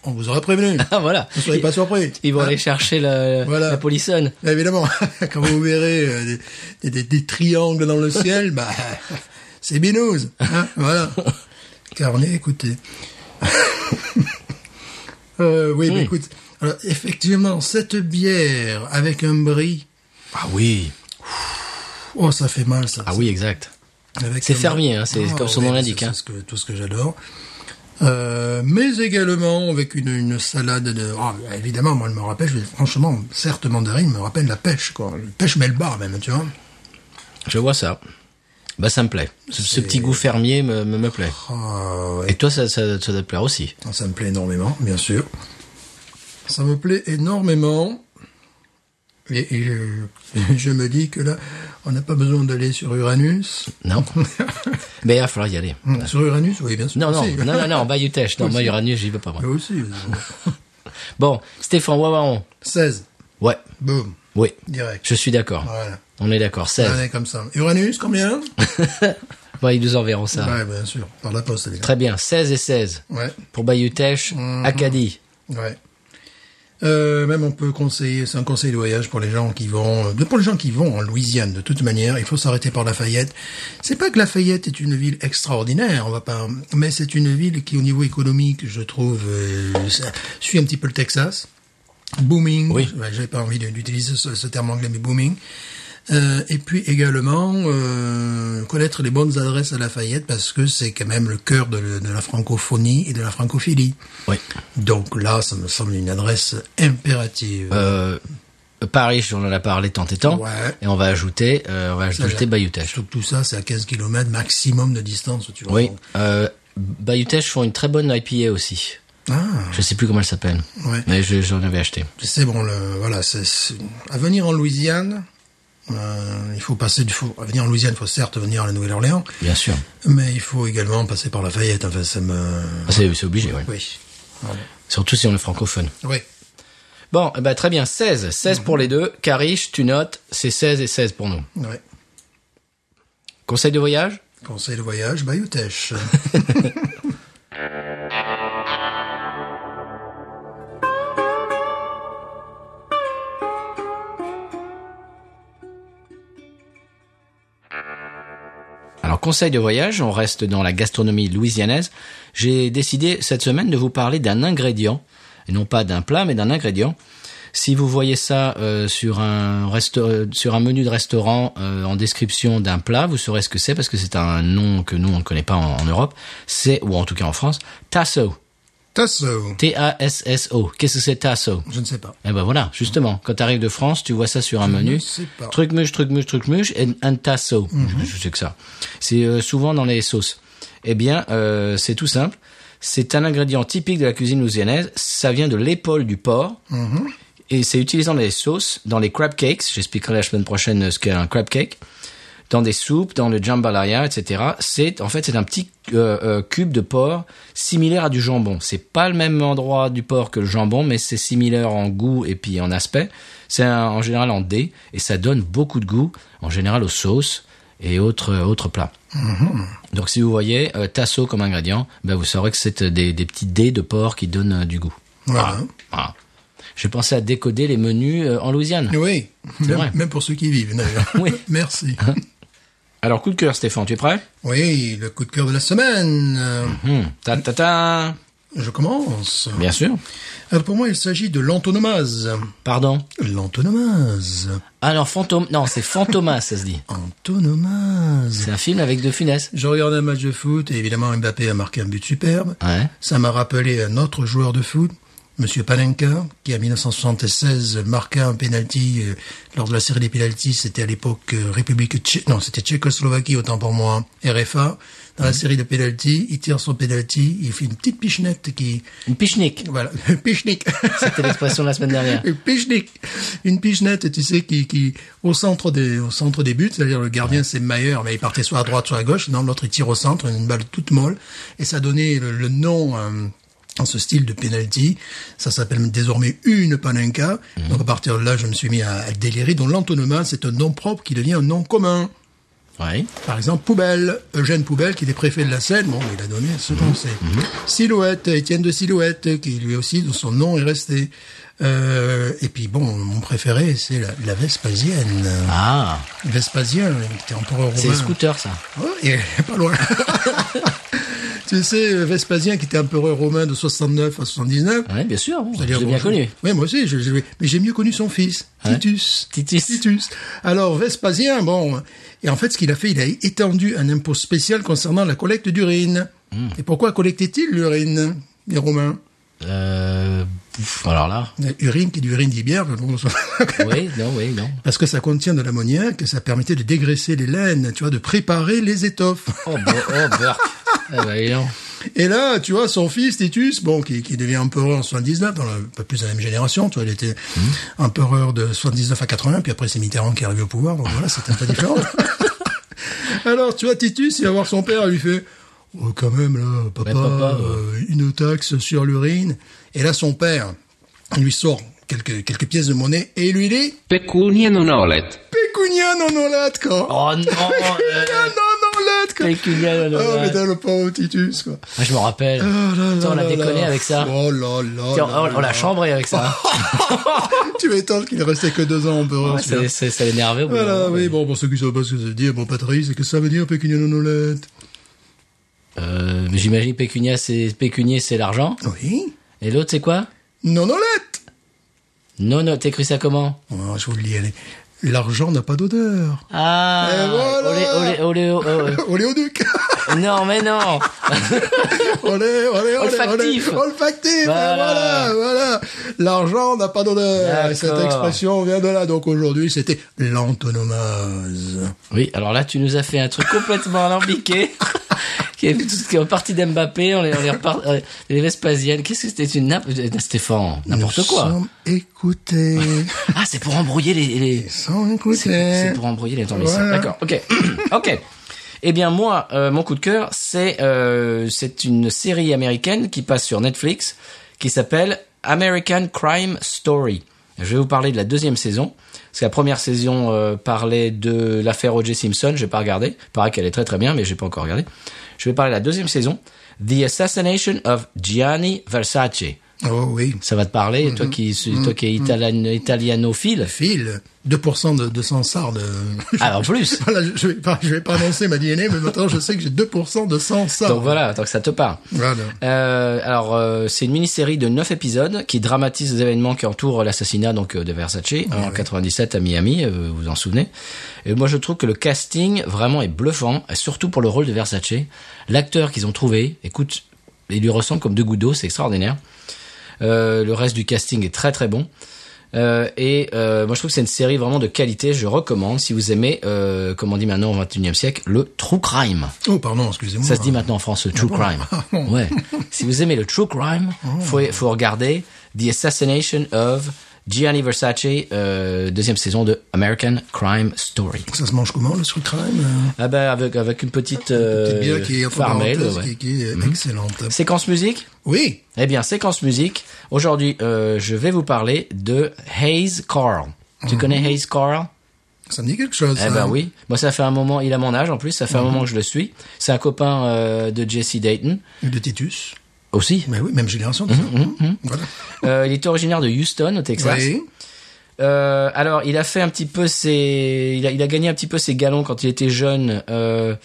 Speaker 2: On vous aurait prévenu.
Speaker 1: Ah voilà.
Speaker 2: Ne soyez pas surpris.
Speaker 1: Ils vont
Speaker 2: Hein
Speaker 1: aller chercher la,
Speaker 2: Voilà.
Speaker 1: la polissonne.
Speaker 2: Évidemment, quand vous verrez euh, des- des, des- des triangles dans le ciel, bah, c'est binouze. Hein, voilà. Carnet, écoutez. Euh, oui,
Speaker 1: Mmh.
Speaker 2: mais écoute. Alors, effectivement, cette bière avec un brie,
Speaker 1: Ah oui.
Speaker 2: oh, ça fait mal, ça.
Speaker 1: Ah oui, exact.
Speaker 2: Avec
Speaker 1: C'est
Speaker 2: un-
Speaker 1: fermier, hein, c'est comme son nom l'indique,
Speaker 2: c'est-
Speaker 1: hein.
Speaker 2: C'est ce que- tout ce que j'adore. Euh, mais également avec une, une salade de... oh, évidemment, moi, elle me rappelle, je- franchement, certes mandarine, me rappelle la pêche, quoi. La pêche melbar, même, tu vois.
Speaker 1: Je vois ça. Bah ça me plaît. Ce, ce petit goût fermier me me, me plaît.
Speaker 2: Ah, ouais.
Speaker 1: Et toi ça ça, ça doit te plaire aussi.
Speaker 2: Ça me plaît énormément, bien sûr. Ça me plaît énormément. Et, et je, je me dis que là, on n'a pas besoin d'aller sur Uranus. Hum,
Speaker 1: Non. Mais il va falloir y aller.
Speaker 2: Sur Uranus, oui, bien sûr.
Speaker 1: Non non
Speaker 2: Si.
Speaker 1: non non non. Bah Utech. Non, moi Uranus j'y vais pas moi.
Speaker 2: Là aussi.
Speaker 1: Bon, Stéphane Wawaron.
Speaker 2: 16.
Speaker 1: Ouais.
Speaker 2: Boum.
Speaker 1: Oui.
Speaker 2: Direct.
Speaker 1: Je suis d'accord.
Speaker 2: Voilà.
Speaker 1: On est d'accord.
Speaker 2: On
Speaker 1: 16.
Speaker 2: est comme ça. Uranus, combien
Speaker 1: Bah, ils nous enverront ça.
Speaker 2: Ouais, bien sûr. Par la poste, les gars.
Speaker 1: Très bien. 16 et 16.
Speaker 2: Ouais.
Speaker 1: Pour Bayutech,
Speaker 2: Mhm.
Speaker 1: Acadie.
Speaker 2: Ouais. Euh, même on peut conseiller, c'est un conseil de voyage pour les gens qui vont, euh, pour les gens qui vont en Louisiane. De toute manière, il faut s'arrêter par Lafayette. C'est pas que Lafayette est une ville extraordinaire, on va pas, mais c'est une ville qui, au niveau économique, je trouve, euh, ça suit un petit peu le Texas. Booming.
Speaker 1: Oui.
Speaker 2: Ouais, J'avais pas envie de- d'utiliser ce, ce terme anglais, mais booming. Euh, et puis également euh, connaître les bonnes adresses à Lafayette parce que c'est quand même le cœur de, le- de la francophonie et de la francophilie.
Speaker 1: Oui.
Speaker 2: Donc là, ça me semble une adresse impérative.
Speaker 1: Euh, Paris, on en a parlé tant et tant.
Speaker 2: Ouais.
Speaker 1: Et on va ajouter, euh, on va ajouter Bayutech.
Speaker 2: Surtout que tout ça, c'est à 15 km maximum de distance, tu vois.
Speaker 1: Oui.
Speaker 2: Donc,
Speaker 1: Euh, Bayutech font une très bonne IPA aussi.
Speaker 2: Ah,
Speaker 1: Je sais plus comment elle s'appelle.
Speaker 2: Ouais.
Speaker 1: Mais je- j'en avais acheté.
Speaker 2: c'est bon, le, voilà, c'est, c'est- à venir en Louisiane, euh, il faut passer du faut, à venir en Louisiane, il faut certes venir à la Nouvelle-Orléans,
Speaker 1: Bien sûr.
Speaker 2: mais il faut également passer par Lafayette, enfin, ça me,
Speaker 1: Ah, C'est c'est obligé, ouais.
Speaker 2: oui. Voilà.
Speaker 1: Surtout si on est francophone.
Speaker 2: Oui.
Speaker 1: Bon, eh ben, très bien. 16. 16 pour les deux. Cariche, tu notes. C'est 16 et 16 pour nous.
Speaker 2: Oui.
Speaker 1: Conseil de voyage?
Speaker 2: Conseil de voyage, Bayutech.
Speaker 1: Alors, conseil de voyage, on reste dans la gastronomie louisianaise. J'ai décidé cette semaine de vous parler d'un ingrédient, et non pas d'un plat, mais d'un ingrédient. Si vous voyez ça euh, sur, un resta- euh, sur un menu de restaurant euh, en description d'un plat, vous saurez ce que c'est parce que c'est un nom que nous on ne connaît pas en, en Europe. C'est ou en tout cas en France, tasso.
Speaker 2: Tasso.
Speaker 1: T-A-S-S-O. Qu'est-ce que c'est tasso
Speaker 2: Je ne sais pas.
Speaker 1: Eh ben voilà, justement, quand t'arrives de France, tu vois ça sur un menu.
Speaker 2: sais pas. Mhm.
Speaker 1: Truc muche, truc muche, truc muche, et un tasso. Je- Je sais que ça. C'est euh, souvent dans les sauces. Eh bien, euh, c'est tout simple. C'est un ingrédient typique de la cuisine louisianaise. Ça vient de l'épaule du porc.
Speaker 2: Mhm.
Speaker 1: Et c'est utilisé dans les sauces, dans les crab cakes. J'expliquerai la semaine prochaine euh, ce qu'est un crab cake. Dans des soupes, dans le jambalaya, etc. C'est en fait c'est un petit euh, euh, cube de porc similaire à du jambon. C'est pas le même endroit du porc que le jambon, mais c'est similaire en goût et puis en aspect. C'est un- en général en dés et ça donne beaucoup de goût en général aux sauces et autres euh, autres plats. Donc si vous voyez euh, tasso comme ingrédient, ben vous saurez que c'est euh, des, des petits dés de porc qui donnent euh, du goût.
Speaker 2: Voilà.
Speaker 1: Voilà. J'ai pensé à décoder les menus euh, en Louisiane.
Speaker 2: Oui. Même,
Speaker 1: vrai.
Speaker 2: même pour ceux qui y vivent, d'ailleurs.
Speaker 1: Oui.
Speaker 2: Merci.
Speaker 1: Alors coup de cœur, Stéphane, tu es prêt
Speaker 2: Oui, le coup de cœur de la semaine. Euh,
Speaker 1: Hmm. Ta ta ta.
Speaker 2: Je commence.
Speaker 1: Bien sûr.
Speaker 2: Alors pour moi, il s'agit de l'antonomase.
Speaker 1: Pardon.
Speaker 2: L'antonomase.
Speaker 1: Alors fantôme. Non, c'est Fantomas, ça se dit.
Speaker 2: Antonomase.
Speaker 1: C'est un film avec De Funès.
Speaker 2: Je regardais un match de foot et évidemment Mbappé a marqué un but superbe.
Speaker 1: Ouais.
Speaker 2: Ça m'a rappelé un autre joueur de foot, Monsieur Palenka, qui en 1976 marqua un penalty euh, lors de la série des penalties, c'était à l'époque euh, République Tché- non, c'était Tchécoslovaquie autant pour moi, hein, RFA. Dans la série de penalty, il tire son penalty, il fait une petite pichenette qui
Speaker 1: Une pichenique.
Speaker 2: voilà, pichenique.
Speaker 1: C'était l'expression de la semaine dernière.
Speaker 2: Une pichenette. Une pichenette, tu sais, qui, qui, au centre des, au centre des buts, c'est-à-dire le gardien, c'est Maier, mais il partait soit à droite, soit à gauche. Non, l'autre, il tire au centre, une balle toute molle. Et ça donnait le, le nom, euh, en ce style de penalty. Ça s'appelle désormais une panenka. Donc, à partir de là, je me suis mis à, à délirer. Donc, l'antonoma, c'est un nom propre qui devient un nom commun.
Speaker 1: Oui.
Speaker 2: Par exemple, Poubelle, Eugène Poubelle, qui était préfet de la Seine, bon, il a donné ce
Speaker 1: Mhm.
Speaker 2: nom, c'est Silhouette, Étienne de Silhouette, qui lui aussi, dont son nom est resté. Euh, et puis bon, mon préféré, c'est la, la Vespasienne.
Speaker 1: Ah,
Speaker 2: Vespasien, qui était empereur
Speaker 1: c'est les
Speaker 2: romain.
Speaker 1: scooters, ça.
Speaker 2: Ouais, et pas loin. tu sais, Vespasien, qui était empereur romain de 69 à 79.
Speaker 1: Oui, bien sûr. bon, je
Speaker 2: C'est-à-dire,
Speaker 1: l'ai
Speaker 2: bon,
Speaker 1: bien connu.
Speaker 2: Oui, moi aussi, je, je- mais j'ai mieux connu son fils,
Speaker 1: Ouais.
Speaker 2: Titus.
Speaker 1: Titus.
Speaker 2: Alors, Vespasien, bon, et en fait, ce qu'il a fait, il a étendu un impôt spécial concernant la collecte d'urine.
Speaker 1: Hmm.
Speaker 2: Et pourquoi collectait-il l'urine, les Romains
Speaker 1: Euh, pff, alors là.
Speaker 2: Urine qui est d'urine d'hier,
Speaker 1: Oui, non, oui, non.
Speaker 2: parce que ça contient de l'ammoniaque, ça permettait de dégraisser les laines, tu vois, de préparer les étoffes.
Speaker 1: Oh, bo- oh Burke. Eh ben, dis donc.
Speaker 2: Et là, tu vois, son fils Titus, bon, qui, qui devient empereur en 79, dans la- pas plus de la même génération, tu vois, il était
Speaker 1: Mmh.
Speaker 2: empereur de 79 à 80, puis après c'est Mitterrand qui est arrivé au pouvoir, donc voilà, c'était un peu différent. Alors, tu vois, Titus, il va voir son père, il lui fait, oh, quand même, là, papa,
Speaker 1: papa,
Speaker 2: euh, une taxe sur l'urine. Et là, son père il lui sort quelques, quelques pièces de monnaie et il lui dit,
Speaker 6: Pecunia non olet.
Speaker 2: Pécunia non olat, quoi.
Speaker 1: Oh non. euh,
Speaker 2: Pécunia non olat, quoi.
Speaker 1: Pécunia non
Speaker 2: Oh,
Speaker 1: olat.
Speaker 2: mais t'as le pauvre Titus, quoi.
Speaker 1: ah, je me rappelle.
Speaker 2: Oh là
Speaker 1: Putain, on
Speaker 2: là
Speaker 1: l'a
Speaker 2: là
Speaker 1: déconné
Speaker 2: là.
Speaker 1: avec ça.
Speaker 2: Oh là là.
Speaker 1: Tiens,
Speaker 2: là
Speaker 1: on, on
Speaker 2: là. Oh,
Speaker 1: l'a chambré avec ça.
Speaker 2: tu m'étonnes qu'il ne restait que deux ans en peur.
Speaker 1: Ouais, ça, ça, ça l'énervait. au bout d'un
Speaker 2: voilà,
Speaker 1: moment.
Speaker 2: oui, bon, pour ceux qui ne savent pas ce que ça veut dire, bon, Patrice, c'est que ça veut dire pécunier nonolette.
Speaker 1: Euh, mais j'imagine pécunia, c'est pécunier, c'est l'argent.
Speaker 2: Oui.
Speaker 1: Et l'autre, c'est quoi
Speaker 2: Nonolette
Speaker 1: Non, non, t'écris ça comment
Speaker 2: oh, Je vous le dis, allez. L'argent n'a pas d'odeur.
Speaker 1: Ah,
Speaker 2: Et voilà.
Speaker 1: olé, olé, olé, oh, oh,
Speaker 2: Oléoduc
Speaker 1: oh. non, mais non.
Speaker 2: Olé, olé, olé,
Speaker 1: Olfactif.
Speaker 2: olé. Olfactif
Speaker 1: Voilà.
Speaker 2: Voilà, voilà, L'argent n'a pas d'odeur. Et Cette
Speaker 1: D'accord.
Speaker 2: expression vient de là. Donc aujourd'hui, c'était l'antonomase.
Speaker 1: Oui, alors là, tu nous as fait un truc complètement alambiqué. qui est tout ce qui est parti d'Mbappé, on les, on les, repart- euh, les Vespasiennes. Qu'est-ce que c'était une nappe euh, Stéphane, n'importe
Speaker 2: Nous
Speaker 1: quoi.
Speaker 2: sommes écoutés.
Speaker 1: Ah, c'est pour embrouiller les. les-
Speaker 2: Sans écouter.
Speaker 1: C'est pour embrouiller les temps
Speaker 2: Voilà.
Speaker 1: D'accord, ok. ok. Eh bien, moi, euh, mon coup de cœur, c'est euh, c'est une série américaine qui passe sur Netflix qui s'appelle American Crime Story. Je vais vous parler de la deuxième saison. Parce que la première saison euh, parlait de l'affaire O.J. Simpson, j'ai pas regardé. Il paraît qu'elle est très très bien, mais j'ai pas encore regardé. Je vais parler de la deuxième saison, The Assassination of Gianni Versace.
Speaker 2: Oh oui.
Speaker 1: Ça va te parler, toi qui, toi qui es italian- italianophile.
Speaker 2: Phil, 2% de, de Sansard. De...
Speaker 1: Ah, en plus.
Speaker 2: voilà, je, je vais pas, je vais pas annoncer ma DNA, mais maintenant je sais que j'ai 2% de Sansard.
Speaker 1: Donc voilà, tant que ça te parle.
Speaker 2: Voilà.
Speaker 1: Euh, alors, euh, c'est une mini-série de 9 épisodes qui dramatise les événements qui entourent l'assassinat donc euh, de Versace en 97 à Miami, euh, vous vous en souvenez. Et moi, je trouve que le casting vraiment est bluffant, et surtout pour le rôle de Versace. L'acteur qu'ils ont trouvé, écoute, il lui ressemble comme deux gouttes d'eau, c'est extraordinaire. Euh, le reste du casting est très très bon. Euh, et euh, moi je trouve que c'est une série vraiment de qualité, je recommande si vous aimez, euh, comme on dit maintenant au 21 e siècle, le true crime.
Speaker 2: Oh, pardon, excusez-moi.
Speaker 1: Ça se dit maintenant en France, le true crime. Ouais. si vous aimez le true crime,
Speaker 2: Oh.
Speaker 1: faut, faut regarder The Assassination of Gianni Versace, euh, deuxième saison de American Crime Story.
Speaker 2: Ça se mange comment, le true crime euh,
Speaker 1: Ah ben avec avec une petite, euh,
Speaker 2: Petite bière qui est, entre
Speaker 1: farmelle,
Speaker 2: parenthèses,
Speaker 1: ouais. Mhm.
Speaker 2: qui, qui est excellente.
Speaker 1: séquence musique.
Speaker 2: Oui.
Speaker 1: Eh bien séquence musique. Aujourd'hui, euh, je vais vous parler de Hayes Carl. Tu connais Hayes Carl
Speaker 2: Mhm. Ça Mhm. me dit quelque chose.
Speaker 1: Eh ben
Speaker 2: hein.
Speaker 1: oui. Moi, ça fait un moment. Il a mon âge en plus. Ça fait un moment que je le suis. C'est un copain euh, de Jesse Dayton
Speaker 2: De Titus.
Speaker 1: aussi.
Speaker 2: Mais oui, même génération.
Speaker 1: Mhm,
Speaker 2: tout ça. Voilà.
Speaker 1: Euh, il est originaire de Houston, au Texas.
Speaker 2: Oui.
Speaker 1: Euh, alors, il a fait un petit peu ses, il a, il a gagné un petit peu ses galons quand il était jeune. Euh,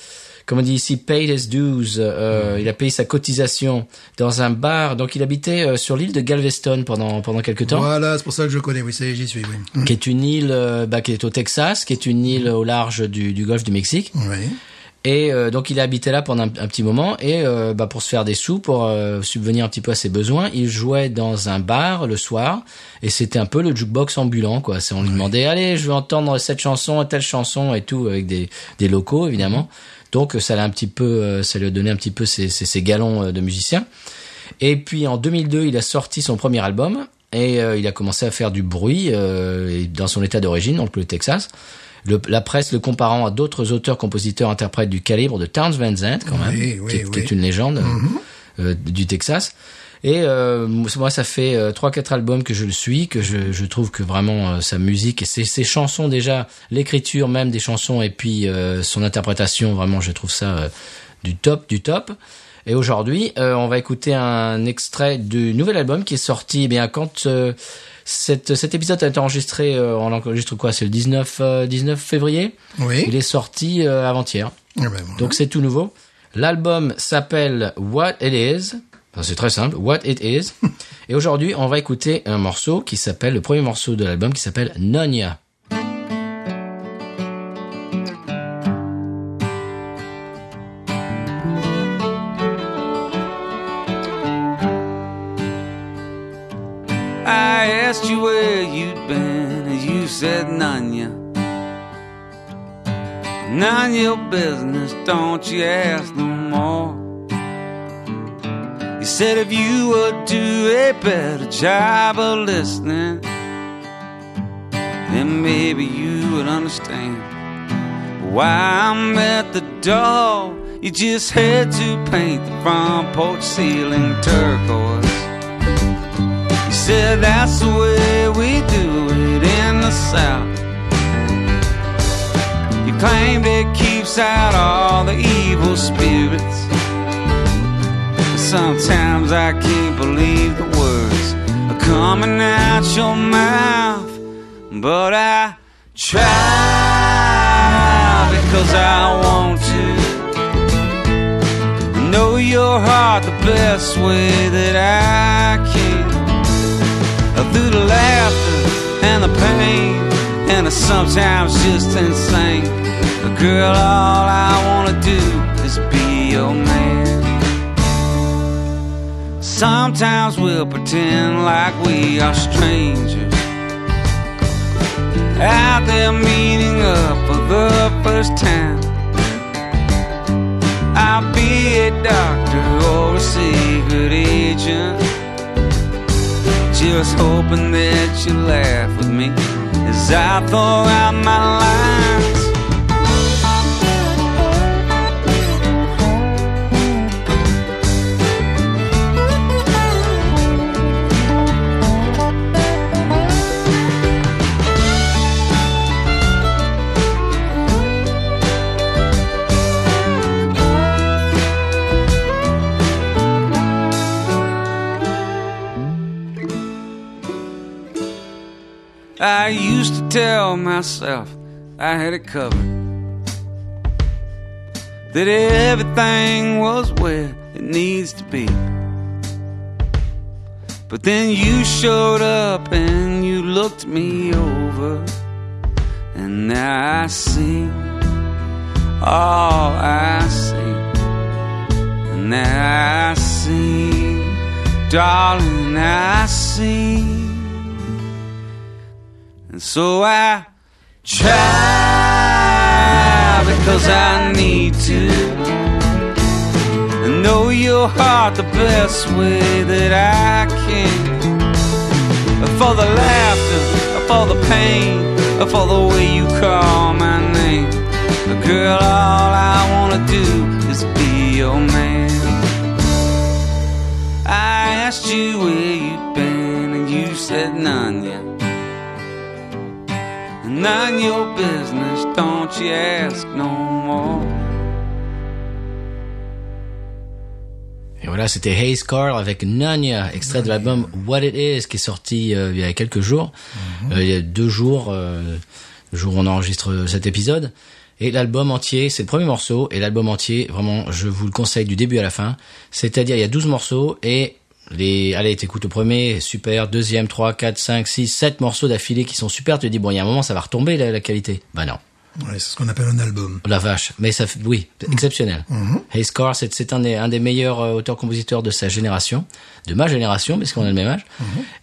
Speaker 1: comme on dit ici, paid his dues. Euh, Il a payé sa cotisation dans un bar. Donc, il habitait euh, sur l'île de Galveston pendant pendant quelques temps,
Speaker 2: Voilà, c'est pour ça que je connais. Oui, ça y est, j'y suis. Oui. Mhm.
Speaker 1: qui est une île, euh, bah, qui est au Texas, qui est une île au large du, du golfe du Mexique.
Speaker 2: Oui.
Speaker 1: Et euh, donc il a habité là pendant un, un petit moment et euh, bah, pour se faire des sous, pour euh, subvenir un petit peu à ses besoins, il jouait dans un bar le soir et c'était un peu le jukebox ambulant quoi. C'est- On lui demandait allez je veux entendre cette chanson, telle chanson et tout avec des, des locaux évidemment. Donc euh, ça l'a un petit peu, euh, ça lui a donné un petit peu ses, ses, ses galons euh, de musicien. Et puis en 2002, il a sorti son premier album et euh, il a commencé à faire du bruit euh, et dans son état d'origine, donc le Texas. Le- la presse le comparant à d'autres auteurs, compositeurs, interprètes du calibre de Towns Van Zandt, quand même,
Speaker 2: Oui, oui,
Speaker 1: qui, est, qui
Speaker 2: oui. Mm.
Speaker 1: est une légende euh,
Speaker 2: Mhm.
Speaker 1: euh, du Texas. Et euh, moi, ça fait euh, trois, quatre albums que je le suis, que je, je trouve que vraiment euh, sa musique et ses, ses chansons déjà, l'écriture même des chansons et puis euh, son interprétation, vraiment, je trouve ça euh, du top, du top. Et aujourd'hui, euh, on va écouter un extrait du nouvel album qui est sorti. Eh bien, quand euh, cette, cet épisode a été enregistré, euh, on l'enregistre quoi C'est le 19, euh, 19 février. Il
Speaker 2: Oui.
Speaker 1: est sorti euh, avant-hier.
Speaker 2: Ah ben voilà.
Speaker 1: Donc c'est tout nouveau. L'album s'appelle What It Is. Enfin, c'est très simple, What It Is. Et aujourd'hui, on va écouter un morceau qui s'appelle, le premier morceau de l'album qui s'appelle Nonia.
Speaker 7: I asked you where you'd been, and you said none ya. None your business, don't you ask no more. You said if you would do a better job of listening, then maybe you would understand why I'm at the door. You just had to paint the front porch ceiling turquoise. You said that's the way we do it in the South. You claimed it keeps out all the evil spirits. Sometimes I can't believe the words are coming out your mouth, but I try because I want to know your heart the best way that I can. Through the laughter and the pain, and it's sometimes just insane. Girl, all I wanna do is be your man. Sometimes we'll pretend like we are strangers. Out there meeting up for the first time. I'll be a doctor or a secret agent. Just hoping that you laugh with me as I throw out my lines. I used to tell myself I had it covered. That everything was where it needs to be. But then you showed up and you looked me over. And now I see all I see. And now I see, darling, I see. And so I try because I need to And know your heart the best way that I can. For the laughter, for the pain, for the way you call my name. Girl, all I wanna do is be your man. I asked you where you've been, and you said none yet. None your business, don't you ask no more.
Speaker 1: Et voilà, c'était Hayes Carl avec Nanya, extrait de l'album What It Is, qui est sorti euh, il y a quelques jours. Euh, il y a deux jours, euh, le jour où on enregistre euh, cet épisode. Et l'album entier, c'est le premier morceau, et l'album entier, vraiment, je vous le conseille du début à la fin. C'est-à-dire, il y a 12 morceaux, et les, allez, t'écoutes le premier, super, deuxième, trois, quatre, cinq, six, sept morceaux d'affilée qui sont super, tu te dis, bon, il y a un moment, ça va retomber, la, la qualité. Bah non.
Speaker 2: Ouais, c'est ce qu'on appelle un album.
Speaker 1: La vache, mais ça, fait- oui, c'est exceptionnel. Hayes Carr, c'est c'est un, des- un des meilleurs euh, auteurs-compositeurs de sa génération, de ma génération, parce qu'on a le même âge.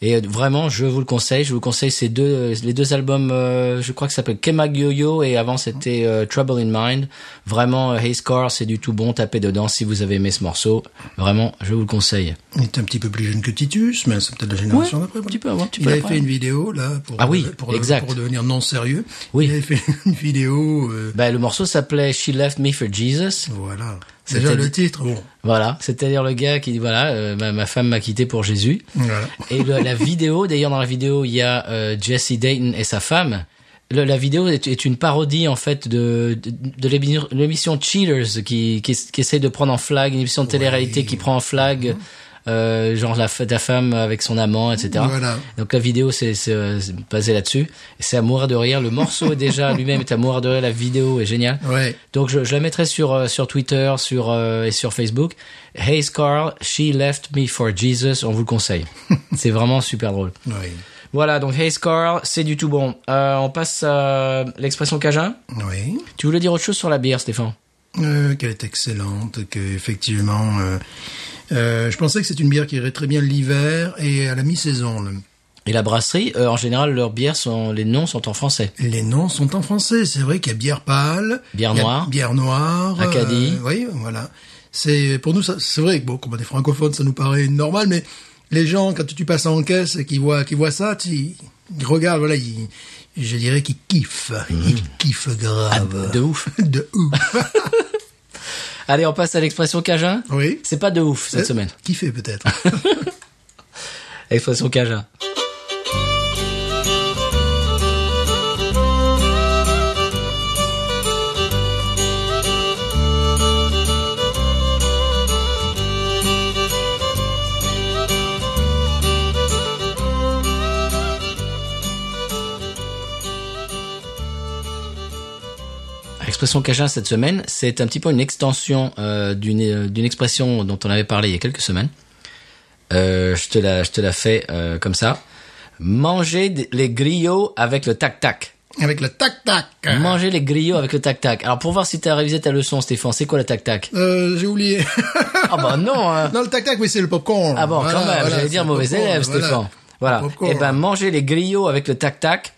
Speaker 1: Et euh, vraiment, je vous le conseille. Je vous conseille ces deux, les deux albums. euh, je crois que ça s'appelle Kemagyoyo et avant c'était euh, Trouble in Mind. Vraiment, euh, Hayes Carr, c'est du tout bon. Tapez dedans si vous avez aimé ce morceau. Vraiment, je vous le conseille.
Speaker 2: Il était un petit peu plus jeune que Titus, mais c'est peut-être la génération
Speaker 1: Ouais,
Speaker 2: d'après.
Speaker 1: un petit peu avant, un petit
Speaker 2: Il
Speaker 1: peu
Speaker 2: avait
Speaker 1: après.
Speaker 2: fait une vidéo, là, pour, euh,
Speaker 1: Ah oui,
Speaker 2: pour,
Speaker 1: exact.
Speaker 2: pour devenir non sérieux.
Speaker 1: Oui.
Speaker 2: Il avait fait une vidéo, euh,
Speaker 1: Ben, le morceau s'appelait She Left Me for Jesus.
Speaker 2: voilà.
Speaker 1: C'était
Speaker 2: Déjà
Speaker 1: dit-
Speaker 2: le titre, bon.
Speaker 1: Voilà, c'est-à-dire le gars qui dit voilà, euh, ma, ma femme m'a quitté pour Jésus.
Speaker 2: Voilà.
Speaker 1: Et le- la vidéo, d'ailleurs dans la vidéo, il y a euh, Jesse Dayton et sa femme. Le- la vidéo est, est une parodie en fait de, de, de l'émission- l'émission Cheaters qui, qui, qui essaie de prendre en flag, une émission de télé-réalité qui prend en flag, euh, genre la, f- la femme avec son amant, etc.
Speaker 2: Voilà.
Speaker 1: Donc la vidéo c'est c'est, euh, c'est basée là-dessus. Et C'est à mourir de rire. Le morceau est déjà lui-même est à mourir de rire. La vidéo est géniale.
Speaker 2: Ouais.
Speaker 1: Donc je, je la mettrai sur euh, sur Twitter, sur euh, et sur Facebook. Hey Carl, she left me for Jesus. On vous le conseille. c'est vraiment super drôle.
Speaker 2: Oui.
Speaker 1: Voilà donc Hey Carl, c'est du tout bon. Euh, on passe à l'expression Cajun.
Speaker 2: Oui.
Speaker 1: Tu voulais dire autre chose sur la bière, Stéphane
Speaker 2: Euh, qu'elle est excellente, que effectivement, euh, euh, je pensais que c'est une bière qui irait très bien l'hiver et à la mi-saison. là.
Speaker 1: Et la brasserie, euh, en général, leurs bières sont les noms sont en français.
Speaker 2: Les noms sont en français, c'est vrai qu'il y a bière pâle,
Speaker 1: Bière
Speaker 2: il y a
Speaker 1: noire.
Speaker 2: bière noire,
Speaker 1: Acadie.
Speaker 2: euh, oui, voilà. C'est pour nous, ça- c'est vrai que bon, comme on est francophone, ça nous paraît normal, mais les gens quand tu passes en caisse et qu'ils voient, qu'ils voient ça, tu- ils regardent, voilà, ils- je dirais qu'ils kiffent, ils kiffent grave,
Speaker 1: Mhm. Ah, de ouf.
Speaker 2: de ouf,
Speaker 1: Allez, on passe à l'expression Cajun.
Speaker 2: oui. Euh,
Speaker 1: C'est pas de ouf cette semaine.
Speaker 2: Kiffer peut-être.
Speaker 1: Expression Cajun. L'expression Cajun cette semaine, c'est un petit peu une extension euh, d'une euh, d'une expression dont on avait parlé il y a quelques semaines. Euh, je te la, je te la fais euh, comme ça. Manger des- les griots avec le tac tac.
Speaker 2: Avec le tac tac.
Speaker 1: Manger les griots avec le tac tac. Alors pour voir si t'as révisé ta leçon, Stéphane, c'est quoi le tac tac
Speaker 2: Euh, j'ai oublié.
Speaker 1: Ah bah non. hein.
Speaker 2: non, le tac-tac, oui, c'est le popcorn.
Speaker 1: Ah bon,
Speaker 2: Voilà,
Speaker 1: quand même.
Speaker 2: voilà,
Speaker 1: J'allais
Speaker 2: c'est
Speaker 1: dire
Speaker 2: le
Speaker 1: mauvais
Speaker 2: popcorn,
Speaker 1: élève,
Speaker 2: voilà.
Speaker 1: Stéphane. Voilà.
Speaker 2: Le popcorn.
Speaker 1: Eh ben manger les griots avec le tac tac.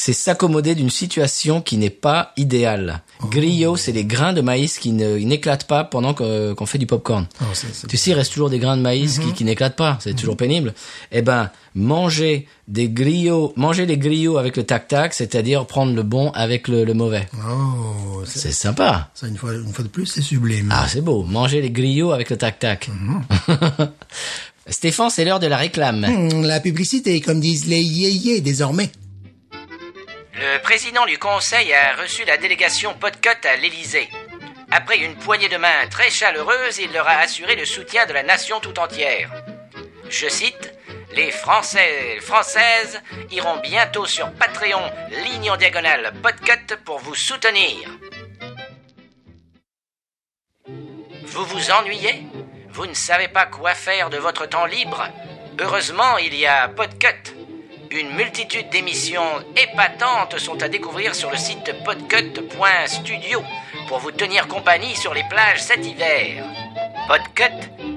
Speaker 1: C'est s'accommoder d'une situation qui n'est pas idéale.
Speaker 2: Oh.
Speaker 1: Griots, c'est les grains de maïs qui ne- ils n'éclatent pas pendant que- qu'on fait du popcorn.
Speaker 2: Non, c'est- c'est-
Speaker 1: Tu sais, il reste toujours des grains de maïs qui, qui n'éclatent pas. C'est toujours pénible. Eh ben, manger des griots, manger les griots avec le tac-tac, c'est-à-dire prendre le bon avec le, le mauvais.
Speaker 2: Oh, c'est-
Speaker 1: C'est sympa.
Speaker 2: ça, une fois, une fois de plus, c'est sublime.
Speaker 1: Ah, c'est beau. Manger les griots avec le tac-tac. Stéphane, c'est l'heure de la réclame.
Speaker 2: Hmm, La publicité, comme disent les yéyés désormais.
Speaker 1: Le président du conseil a reçu la délégation Podcut à l'Élysée. Après une poignée de main très chaleureuse, il leur a assuré le soutien de la nation tout entière. Je cite Les Français et Françaises iront bientôt sur Patreon, ligne en diagonale Podcut pour vous soutenir. Vous vous ennuyez Vous ne savez pas quoi faire de votre temps libre Heureusement, il y a Podcut. Une multitude d'émissions épatantes sont à découvrir sur le site de podcut.studio pour vous tenir compagnie sur les plages cet hiver. Podcut,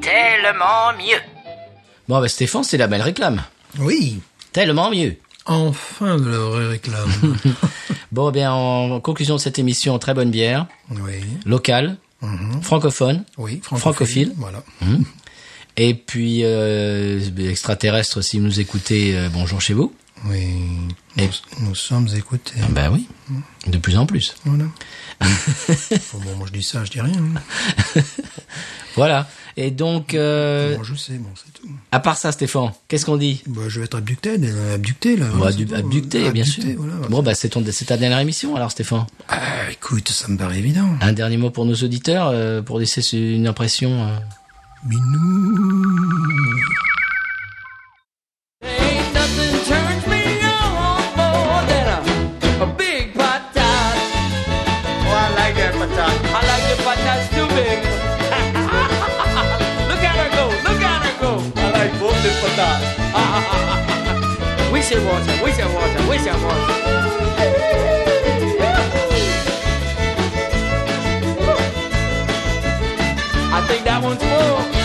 Speaker 1: tellement mieux. Bon, bah Stéphane, c'est la belle réclame.
Speaker 2: Oui,
Speaker 1: Tellement mieux.
Speaker 2: enfin de la vraie réclame.
Speaker 1: Bon, eh bien, en conclusion de cette émission, très bonne bière,
Speaker 2: oui,
Speaker 1: locale, francophone,
Speaker 2: oui,
Speaker 1: Francophile.
Speaker 2: Voilà.
Speaker 1: et puis euh, extraterrestre si vous nous écoutez, euh, bonjour chez vous.
Speaker 2: Oui, nous,
Speaker 1: Et-
Speaker 2: nous sommes écoutés.
Speaker 1: Ben oui, de plus en plus.
Speaker 2: Voilà. bon, bon, moi je dis ça, je dis rien. hein.
Speaker 1: Voilà. Et donc, euh,
Speaker 2: Bon, je sais, bon, c'est tout.
Speaker 1: à part ça, Stéphane, qu'est-ce qu'on dit
Speaker 2: Bah, je vais être abducté, euh, abducté là.
Speaker 1: On va
Speaker 2: c'est
Speaker 1: abdu-
Speaker 2: tout.
Speaker 1: abducter, bien sûr.
Speaker 2: Abducté, voilà.
Speaker 1: Bon, bah, c'est ton, c'est ta dernière émission, alors, Stéphane.
Speaker 2: Ah, écoute, ça me paraît évident.
Speaker 1: Un dernier mot pour nos auditeurs, euh, pour laisser su- une impression. euh.
Speaker 8: Ain't nothing turns me on more than a, a big patat. Oh, I like that patat. I like the patats too big. look at her go, look at her go. I like both the patats. we should watch her, we should watch her, we should watch her. once more.